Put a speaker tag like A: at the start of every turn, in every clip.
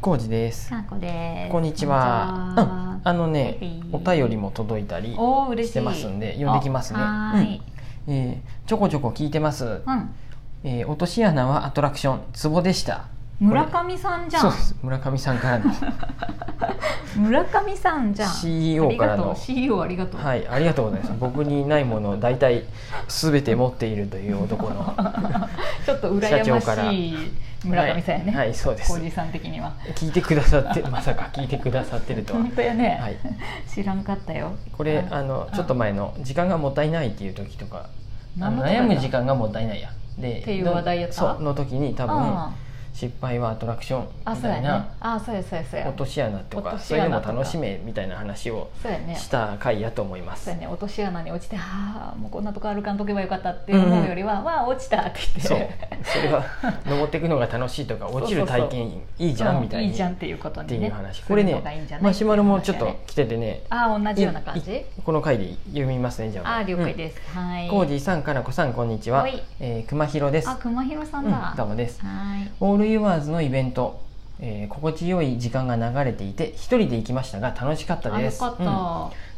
A: コウジです
B: かんこです。
A: こんにちは
B: こんに
A: うんあのね
B: はいはい
A: お便りも届いたり
B: ちは。おお、嬉しい。
A: してますんで読んできますね
B: あはーい。
A: えーちょこちょこ聞いてます、
B: うん。
A: えー落とし穴はアトラクションツボでした
B: 村上さんじゃ
A: そうんで。す村上さんから の
B: 村上さんじゃん。
A: CEO からの
B: ありがとう CEO ありがとう。
A: はいありがとうございます僕にないものを大体全て持っているという男の
B: ちょっと
A: 社長
B: 羨
A: から
B: ましい 村上さんやね。
A: はいはいそうです
B: おじさん的には。
A: 聞いてくださってまさか聞いてくださってるとは
B: 本当やね。
A: はい
B: 知らんかったよ。
A: これあのちょっと前の時間がもったいないっていう時とかあ
B: 何の
A: の
B: 時だ
A: 悩む時間がもったいないやで
B: っていう話題やった
A: そうの時に多分
B: あ
A: 失敗はアトラクション
B: ーあ、
A: み
B: そう
A: た
B: や
A: い
B: ね
A: な。
B: あー、そうやそうやそうや
A: 落。とし穴と
B: 落
A: か
B: と
A: そ
B: し
A: うい
B: 穴
A: うの
B: とか
A: も楽しめみたいな話を
B: そうやね。
A: した回やと思います
B: そうやね、落とし穴に落ちて「はあもうこんなとこ歩かんとけばよかった」って思うよりは「わあ落ちた」って言って
A: そうそれは登っていくのが楽しいとか落ちる体験いいじゃんみたい
B: うん
A: に
B: いいじゃんっ
A: って
B: いうことに、
A: て
B: ね、
A: いう話これ
B: するのがいいん
A: ね
B: じゃない
A: マシュマロもちょっ
B: ってい
A: と
B: う話
A: 来ててね
B: やねあ同じような感
A: いい
B: じ
A: この回で読みますねじゃあ
B: あ了解です、はい
A: コージーさんかなこさんこんにちは
B: はい
A: えー熊広です
B: あ熊広さ
A: うんん
B: だ、
A: どうもです
B: はい
A: オールユアーズのイベント、えー心地よい時間が流れていて一人で行きましたが楽しかった
B: あ
A: で
B: よ
A: す、
B: かった、
A: うん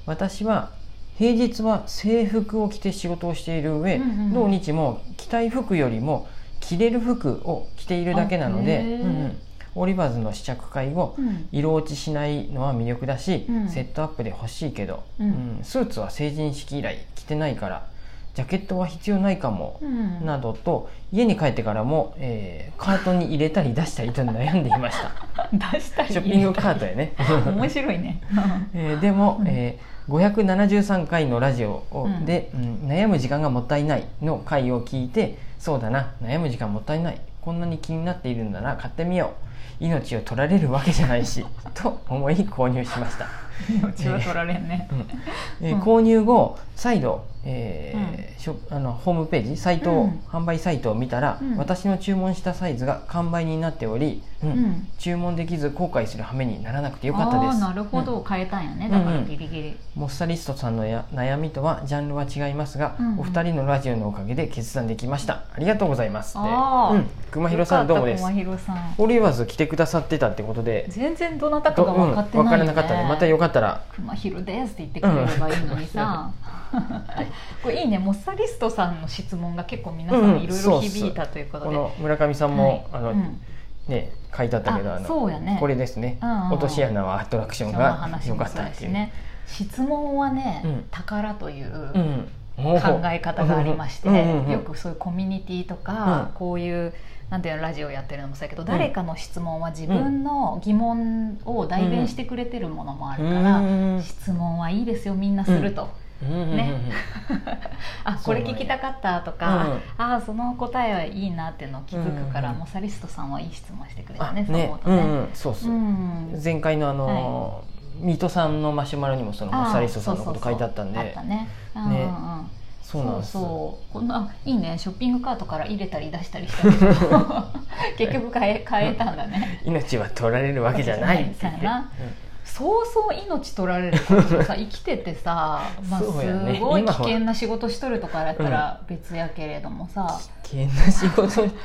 A: 私は平日は制服を着て仕事をしている上、
B: うんうんうん
A: 同日も着たい服よりも着れる服を着ているだけなの
B: あ
A: で
B: へ、
A: うん
B: ー
A: うんオリバーズの試着会後
B: うん
A: 色落ちしないのは魅力だし、
B: うん
A: セットアップで欲しいけど、
B: うん
A: うんスーツは成人式以来着てないからジャケットは必要ないかも
B: うん
A: などと家に帰ってからも、えーカートに入れたり出したりと悩んでいました
B: 出したり
A: ショッピングカートやね、
B: 面白いね
A: えーでも、
B: うん
A: えー573回のラジオを
B: うん
A: で、うん悩む時間がもったいない」の回を聞いて「そうだな悩む時間もったいないこんなに気になっているんだなら買ってみよう命を取られるわけじゃない し」と思い購入しました。
B: うちは取られんね、
A: うんえー
B: うん
A: 購入後再度、えーショあのホームページサイトを、
B: うん
A: 販売サイトを見たら、
B: うん
A: 私の注文したサイズが完売になっており、うん
B: うん
A: 注文できず後悔する羽目にならなくてよ
B: よ
A: かったです
B: なるほど、変えたんやねだからギリギリ、
A: モッサリストさんのや悩みとはジャンルは違いますが、
B: うんうん
A: お二人のラジオのおかげで決断できましたありがとうございますって、
B: あー
A: うん、熊広さんどうもです
B: よかった熊広さん
A: オリーバーズ来てくださってたってことで
B: 全然どなたか
A: ど
B: が
A: うん
B: 分かってない、
A: 分
B: ね
A: からなかったねまたよかったら
B: 熊広ですって言ってくれればいいのにさ、 これいいねモッサリストさんの質問が結構皆さ
A: うんうん
B: んいろい
A: そう
B: ろ
A: っす
B: 響いたというこ
A: こと
B: で、
A: の村上さんも、あの、
B: はいうん
A: ね書いてあったけど
B: あ
A: あの
B: そうやね
A: これですね、
B: うんうんうん
A: 落とし穴はアトラクション
B: 今日の
A: が
B: 話
A: 良
B: も
A: かっ
B: そう
A: た
B: で
A: って
B: す
A: いう、
B: ね質問はね、
A: うん
B: 宝という
A: う
B: 考
A: ん、おー
B: え方がありまして、
A: うんうんうん
B: よくそういうコミュニティとか、
A: うん
B: こういうなんていうのラジオやってるのもそうやけど、
A: ん
B: 誰かの質問は自分の疑問を代弁してくれてるものもあるから、
A: うん
B: 質問はいいですよみんなすると。
A: うんうんうん
B: ねあ
A: そ
B: こ
A: うな
B: れ
A: んや
B: 聞きたかったとか、
A: うん
B: ああその答えはいいなっていうのを気づくから、
A: うんうんうん
B: モサリストさんはいい質問してくれた
A: あ
B: ね
A: ね
B: そう思うと
A: う
B: ね。
A: んうん、そうそう、
B: うん
A: 前回のあのー、水戸さんのマシュマロにもそのモッサリストさんのこと書いてあったん
B: あ
A: で
B: ったね。うんうん
A: ね
B: うん
A: そうなんです
B: そうそうこんなあいいねショッピングカートから入れたり出したりしたけど 結局変え変えたんだね
A: 命は取られるわけじゃないって
B: そ
A: 言
B: うや
A: って
B: なそうそう命取られるから さ生きててさ、まあ、す
A: そうやね
B: ごい
A: 今
B: 危
A: は
B: 険な仕事しとるとかやったら別やけれどもさ、
A: 危険な仕事って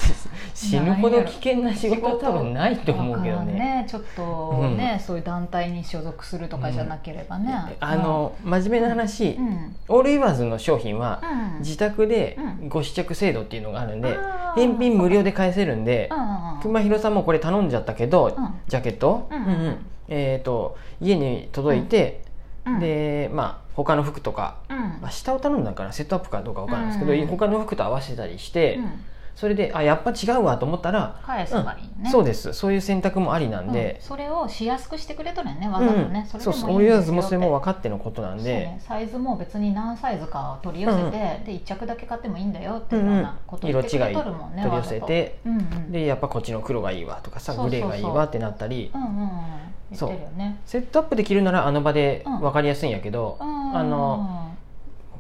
A: 死ぬほど危険な仕事は多分ないと思うけど
B: わ
A: ね
B: からんちょっとね、そういう団体に所属するとかじゃなければね、
A: あの真面目な話、
B: うん、うん
A: オールイワーズの商品は、
B: うん
A: 自宅で
B: うん
A: ご試着制度っていうのがあるんで、
B: あー
A: 返品無料で返せるんで、
B: うん
A: 熊広さんもこれ頼んじゃったけど、
B: うん
A: ジャケット、
B: うん
A: えー、と家に届いて、
B: うん
A: でまあ他の服とか、
B: うんうん
A: まあ、下を頼んだんからセットアップかどうかわからないですけど、
B: うん
A: 他の服と合わせたりして、
B: うん
A: それであやっぱ違うわと思ったら、
B: 返せばいいね、
A: そうですそういう選択もありなん
B: う
A: で
B: ん、それをしやすくしてくれとるよねわ
A: う
B: ざ
A: ん
B: とね、それで
A: そうそうオ
B: も
A: ール
B: いい
A: イワ
B: ん
A: ー
B: です
A: ズ
B: よ
A: も
B: っ
A: そ
B: て
A: れも分かってのことなん
B: そう
A: で
B: ね、サイズも別に何サイズかを取り寄せて、
A: うんうん
B: で1着だけ買ってもいいんだよっていうようなことを言
A: 色
B: っ
A: 違い取り
B: てくれとるもん
A: 寄
B: ね、
A: せて
B: わざとうんうん
A: でやっぱこっちの黒がいいわとかさ
B: そう
A: グ
B: そうそう
A: レーがいいわってなったり
B: うんうんうん言ってるよね
A: セットアップできるならあの場で分かりやすいんやけど、
B: うん
A: あの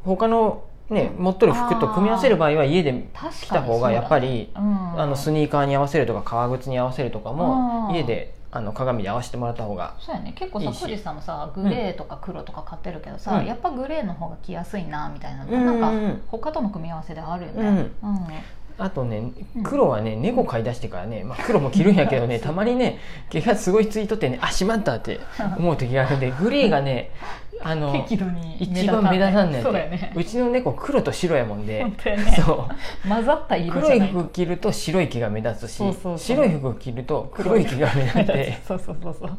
A: 他のね持っとる服と組み合わせる場合は家で
B: 確かに
A: 着た方がやっぱり、
B: そうだねうん
A: あのスニーカーに合わせるとか革靴に合わせるとかも
B: うん
A: 家であの鏡で合わせてもらった方が
B: そうやね結構さ
A: いいし
B: コジさんもさグレーとか黒とか買ってるけどさ、
A: うん
B: やっぱグレーの方が着やすいなみたいなのが、
A: うんうんうん
B: なんか他との組み合わせであるよね、
A: うん
B: うん
A: あとね
B: うん
A: 黒はね猫飼い出してからね、まあ、黒も着るんやけ どねたまにね毛がすごいついとってねあしまったって思う時があるんでグレーがねあの
B: 適度に
A: 一番目立たんのや
B: そうだ
A: て
B: よね
A: うちの猫黒と白やもんで
B: 本当やね
A: そう
B: 混ざった色じ
A: 黒
B: ゃ
A: い
B: ないと
A: 服着ると白い毛が目立つし
B: そうそうそう
A: 白い服着ると黒い毛が目立って。
B: そうそうそうそう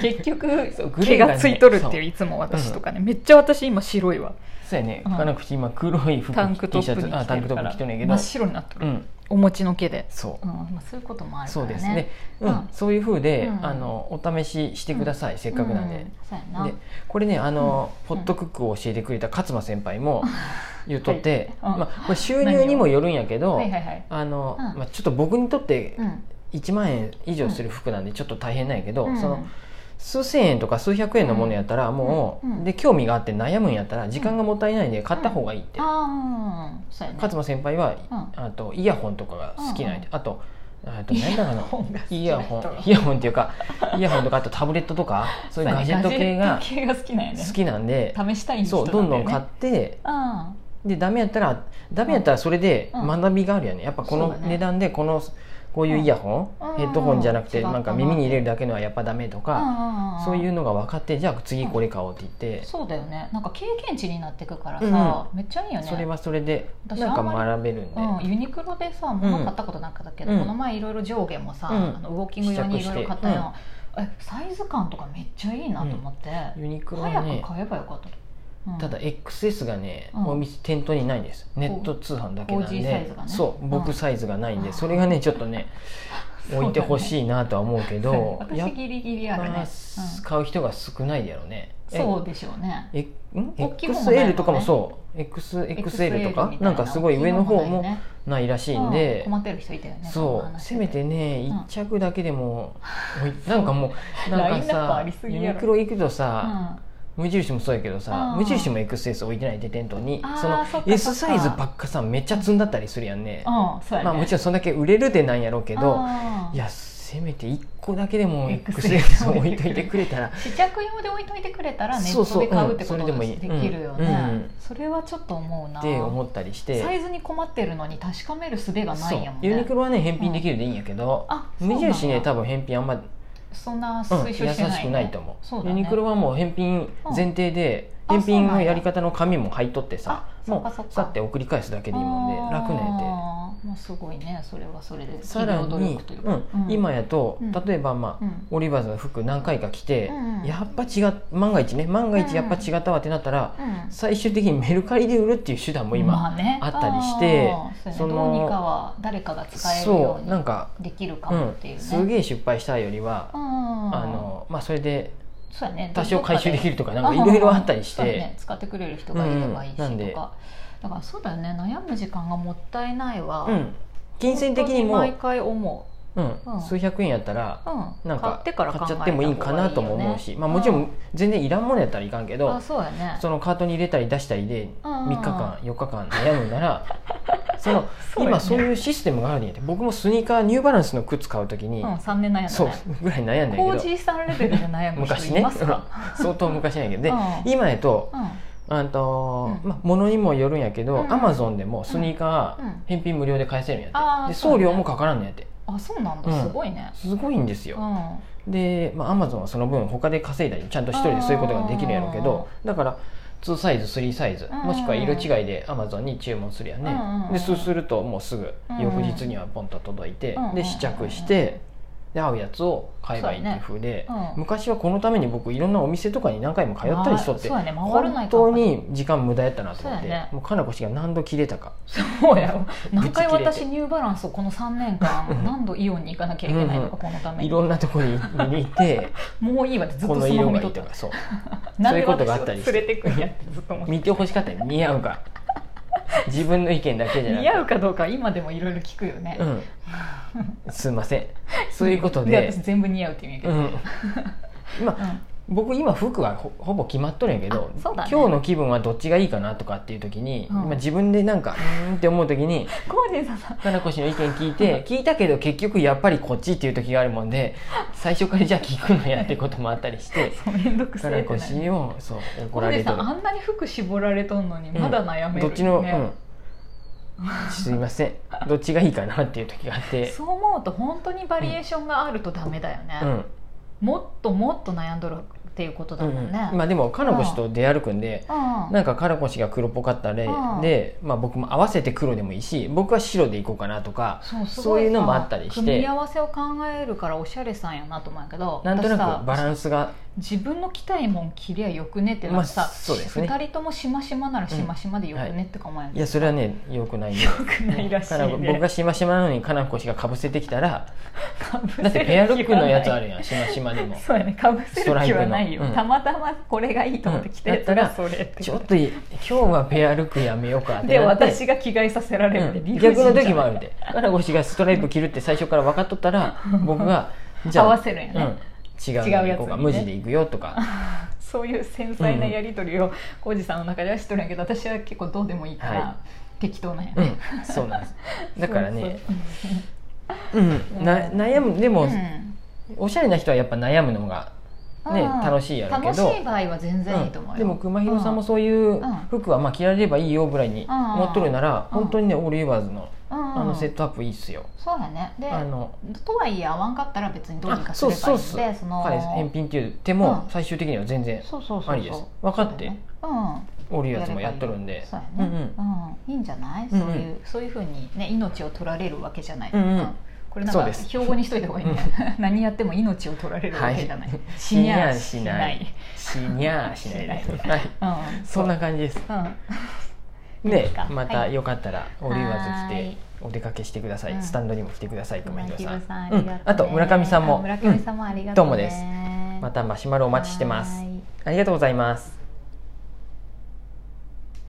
B: 結局
A: そうグレ
B: 毛
A: ーがね
B: がついとるって
A: そ
B: いう
A: う
B: いつも私とかね、めっちゃ私今白いわ
A: そうやね、
B: うん
A: 金口今黒い服
B: タンクト
A: T シ
B: ッ
A: ャ
B: プに
A: ツあ
B: 着
A: タ
B: て
A: ンクト
B: るか
A: ップ
B: ら
A: 着てるんやけ
B: 真
A: ど
B: っ白になっと
A: う
B: る、
A: ん
B: お餅の毛で、
A: そう
B: うんまあ、そういうこともあるか
A: そ
B: ら
A: う
B: ね
A: ですね、うん
B: うん
A: そういうふうで、
B: うん
A: あのお試ししてください、せっかくなん
B: う
A: で,、
B: そうやな
A: でこれねあの、
B: うん
A: ホットクックを教えてくれた勝間先輩も言っとって、
B: はいうん
A: まあ、これ収入にもよるんやけど、
B: はいはいはい
A: あの
B: うん
A: まあ、ちょっと僕にとって
B: うん
A: 1万円以上する服なんでちょっと大変なんやけど、
B: うん
A: その数千円とか数百円のものやったらもう、
B: うん
A: で興味があって悩むんやったら時間がもったいないんで買った方がいいって、
B: ああそうやね
A: 勝間先輩は、
B: う
A: あとイヤホンとかが好きなんやて、あとあと何だかなイ
B: イ
A: ヤ
B: ヤ
A: ホ
B: ホンが好きな人
A: ンイヤホンっていうかイヤホンとかあとタブレットとかそういうガジェット系が
B: ガジェット系が好きなんやね
A: 好きなんで、
B: 試したい人
A: そ
B: な
A: うん
B: だ
A: ど
B: よ
A: ん
B: ね
A: どん買って
B: あ
A: でダメやったらダメやったらそれで
B: うん
A: 学びがあるよねやっぱこ
B: そ
A: の
B: うだね
A: 値段でこのこういうイヤホン、
B: うん
A: ヘッドホンじゃなくて
B: うん
A: なんか
B: 違ったな
A: 耳に入れるだけのはやっぱダメと
B: あ
A: か、
B: ああ
A: そういうのが分かってじゃあ次これ買おうって言って、
B: そうだよねなんか経験値になってくからさ、めっちゃいいよね
A: それはそれで
B: 私
A: なんか
B: あんまり
A: 学べるんで、
B: うん、ユニクロでさ物買ったことなかったけど、
A: うん
B: この前いろいろ上下もさ、
A: うん
B: あのウォーキング用にいろいろ買った
A: 試着
B: よ、えサイズ感とかめっちゃいいなと思って、
A: ユニクロ
B: 早
A: は
B: く
A: ね
B: 買えばよかったと、うん
A: ただ XS がね、
B: うん
A: お店店頭にないんですネット通販だけなんで、
B: 4G サイズがね
A: そう
B: う
A: 僕
B: ん
A: サイズがないんで、
B: あー
A: それがねちょっとね
B: そうだね
A: 置いてほしいなとは思うけど
B: そう
A: やっ
B: 私ギリギリあ
A: ぱ、
B: るね、
A: 買う人が少ないやろうね
B: うん、そうでしょうね
A: ええん
B: 大きい方もないもんね
A: XL とかもそう XXL とか
B: XL みたい
A: なんかすごい上の方
B: 大きい
A: も
B: ね
A: ないらしいん
B: うん
A: で、
B: 困ってる人いたよね
A: そ
B: の
A: う
B: 話
A: せめてね
B: うん
A: 1着だけでも、おいなんかもうなん
B: ライ
A: か
B: ンナップあ
A: さ
B: りすぎ
A: ユ
B: やろ
A: ニクロ行くと
B: う
A: さ、
B: ん
A: 無印もそうやけどさ
B: うん
A: 無印も XS 置いてないで店頭に
B: あー
A: その
B: そっかそっか
A: S サイズばっかさめっちゃ積んだったりするやんね
B: うんそうやね
A: まあもちろんそんだけ売れるでなんやろうけど
B: あー
A: いやせめて1個だけでも
B: XS
A: XS 置いといてくれ たら
B: 試着用で置いといてくれたらネ
A: そう
B: ッ
A: そ
B: ト
A: う
B: で買うってこ
A: うんそれ
B: と
A: で
B: で
A: もいい
B: きるよ
A: うんう
B: ね
A: ん
B: それはちょっと思うな
A: って思ったりして
B: サイズに困ってるのに確かめる術がな
A: そう
B: いやもんね
A: ユニクロはね返品できるでいいんやけど
B: あそうな
A: 無
B: んだ
A: 印ね多分返品あんまうん
B: そんな
A: 優
B: 推
A: し
B: 奨してない、ね
A: くないと思
B: そう
A: う
B: だ
A: ユ
B: ね
A: ニクロはもう返品前提で
B: うんあ
A: 返品のやり方の紙も入っとってさ
B: あそっ
A: も
B: かそっ
A: う
B: か
A: さって送り返すだけでいいもんで楽なんやて。
B: あーもうすごいねそれはそれで
A: さら
B: 企業努
A: に
B: 力という
A: う
B: か
A: ん今やと
B: うん
A: 例えばまあ
B: うん
A: オリバーズの服何回か着て
B: うんうん
A: やっぱ違っ万が一ね万が
B: う
A: 一
B: ん
A: やっぱ違ったわってなったら
B: うん
A: 最終的にメルカリで売るっていう手段も今
B: まあね
A: あったりして
B: あーそうやね
A: その
B: どうにかは誰かが使えるよ
A: そううなん
B: に
A: か
B: できるか
A: う
B: もっ
A: ん
B: ていうね、
A: すげえ失敗したよりは
B: うん
A: あのまあそれで
B: そうやね
A: 多少回収でき
B: る
A: るとかなんかいろいろあったりし
B: そうや
A: て
B: ね、使ってくれる人がいればいいし
A: う
B: と
A: ん
B: か、
A: うんなんで
B: だからそうだよね悩む時間がもったいないわ、
A: うん金銭的にも
B: 本当毎回思
A: うん
B: うん
A: 数百円やったら
B: う、うん、
A: なんか
B: 買ってから
A: 買
B: 考
A: っ
B: え
A: ち
B: た
A: ゃっ
B: 方がい
A: て
B: いよ
A: も
B: ね
A: いいかなとも思うしまあもちろ
B: うん
A: 全然いらんものやったらいかんけど
B: あそうやね
A: そのカートに入れたり出したりで
B: うん
A: 3日間4日間悩むな らその今そういうシステムがあるんやて僕もスニーカーニューバランスの靴買う時に、
B: うん3年悩んだね
A: そうぐらい悩んだん
B: コ
A: や
B: ージ
A: けど
B: ーさんレベルで悩む
A: 昔
B: 人い
A: ね
B: ますか、
A: うん相当 昔なんやけどで、
B: うん
A: 今やと
B: うん
A: あと、
B: うん
A: まあ、物にもよるんやけど、
B: うん
A: アマゾンでもスニーカ
B: うん
A: ー返品無料で返せるんやて、
B: あー
A: で
B: そう
A: 送
B: ね
A: 料もかからんのやて
B: あそうなん
A: うん
B: だすごいね、
A: すごいんです
B: う
A: よ、
B: ん
A: で、まあ、アマゾンはその分他で稼いだりちゃんと一人でそういうことができるやろうけどだから2サイズ3サイズ
B: ん
A: もしくは色違いでアマゾンに注文するやんね
B: うん
A: でそうするともうすぐ
B: うん
A: 翌日にはポンと届いて
B: うん
A: で試着してで合うやつを買えばいいっていう風で
B: そうやねうん
A: 昔はこのために僕いろんなお店とかに何回も通ったりしとって
B: まあそうやね回らない
A: 本
B: かも
A: 当に時間無駄やったなと思っ
B: そうや
A: て
B: ね
A: もうかなこ氏が何度切れたか
B: そう やろ何回
A: ぶち切れて
B: 私ニューバランスをこの3 年間何度イオンに行かなきゃいけないのかこのため
A: い
B: に
A: ろんなとこに見に行って
B: もういい わってずっ
A: ことの
B: スマ
A: 色
B: ホ
A: が
B: 見
A: い
B: と
A: い
B: っ
A: と
B: た
A: かそう
B: なん
A: そうい
B: で
A: うことがあったり
B: 私
A: して
B: を連れてくんやってずっと思って
A: 見てほしかったよ似合うか自分の意見だけじゃなくて
B: 似合うかどうか今でもいろいろ聞くよね、
A: うんすいませんそういうこと
B: で
A: で
B: 私全部似合うって言うんやけ
A: う
B: ど、
A: ん今
B: うん
A: 僕今服はほほぼ決まっとるんやけど、
B: あそうだね
A: 今日の気分はどっちがいいかなとかっていう時に、
B: うん
A: 今自分でなんかうーんって思う時に
B: コージーさんさ
A: かなこ氏の意見聞いて聞いたけど結局やっぱりこっちっていう時があるもんで最初からじゃあ聞くのやってこともあったり して
B: そうめんどくせ
A: かな
B: えって
A: こ
B: な
A: 氏をそう怒
B: コ
A: ら
B: ージ
A: れ
B: ー
A: て
B: さ
A: る
B: んあんなに服絞られとんのにまだ悩める、ね
A: どっちの、うん、すいませんどっちがいいかなっていう時があって
B: そう思うと本当にバリエーションがあるとダメだよね、
A: うん
B: もっともっと悩んどるっていうことだもんね、
A: うんうんまあでも彼女と出歩くんで、
B: あ
A: なんかカラコシが黒っぽかった例
B: うん
A: で、まあ、僕も合わせて黒でもいいし僕は白でいこうかなとか
B: そうすご
A: そういうのもあったりして
B: 組み合わせを考えるからおしゃれさんやなと思うんやけど
A: なんとな
B: 私さ
A: くバランスが
B: 自分の着たいもん着りゃよくねってな
A: まあ
B: んかさ、
A: そうですね
B: 2人ともしましまならしましまでよくねってかもやん
A: いやそれはね良くないね
B: よくないらしい
A: だから僕
B: ね
A: がしましまなのにカナコシがかぶせてきたら
B: かぶせる気は
A: だってペアルックのやつあ
B: る
A: るやんしましまでも
B: そうやねかぶせる気はな
A: ストライプ
B: いよ、
A: のうん
B: たまたまこれがいいと思って着てたら
A: うん
B: それって
A: ちょっとい今日はペアルックやめようかって
B: で
A: なって
B: 私が着替えさせられるって
A: う
B: 理
A: ん
B: 不尽じ
A: 逆
B: ゃ
A: の
B: ない
A: 時もあるでカナコシがストライプ着るって最初から分かっとった ら僕がじゃあ
B: 合わせるんやね、
A: うん、違うの行こうか
B: 違うやつにね
A: 無地で行くよとか
B: そういう繊細なやり取りを浩二さんの中ではしとるんやけど私は結構どうでもいいから、
A: はい
B: 適当なんや
A: う
B: ね、
A: ん そうなんですだからね
B: そう
A: うんな悩むで
B: そう
A: も、
B: うん
A: おしゃれな人はやっぱ悩むのがね
B: あー
A: 楽しいやろうけど
B: 楽しい場合は全然いいと思うよ、
A: でも熊弘さんもそういう服はまあ着られればいいよぐらいに思っとるなら
B: うん
A: 本当にねオールユーバーズの
B: うん、うん
A: あのセットアップいいっすよ
B: そうだねで
A: あの
B: とはいえ合わんかったら別にどうにか
A: あ
B: す
A: そ
B: れ
A: う
B: ばいい
A: そう
B: の
A: っ
B: ですその
A: 彼返品っていう手も
B: うん
A: 最終的には全然
B: そうそうそうそう
A: ありです分かって
B: そうだよね
A: オール
B: うん
A: ユーバーズもやっとるんで
B: そう
A: う
B: や
A: んう
B: ね
A: ん
B: うんいいんじゃない
A: うん
B: そ
A: うん
B: ういうそういうふうにね命を取られるわけじゃない
A: うんうん
B: これなん
A: そう
B: か
A: です
B: 標語にしといた方がいいね 何やっても命を取られるわけじゃない
A: はい
B: 死にゃあしない
A: しにゃーしないで
B: しない
A: はい
B: うん
A: そんな感じです
B: うんいいで
A: ね
B: すか
A: ま
B: は
A: た
B: い
A: よかったらオールユーバーズ
B: は
A: 来
B: い
A: てお出かけしてくださ
B: うん
A: いスタンドにも来てください熊
B: 村
A: 弘
B: 木
A: さ
B: 部
A: ん
B: さん
A: う
B: あり
A: ん
B: がとうね
A: あと村上さん
B: あ
A: も
B: 村
A: う
B: 上
A: ん
B: さんもありが
A: ど
B: と
A: う
B: う
A: も
B: も
A: で
B: ですす
A: またマシュマロお
B: お
A: 待ちしてます
B: はい
A: ありがとうございます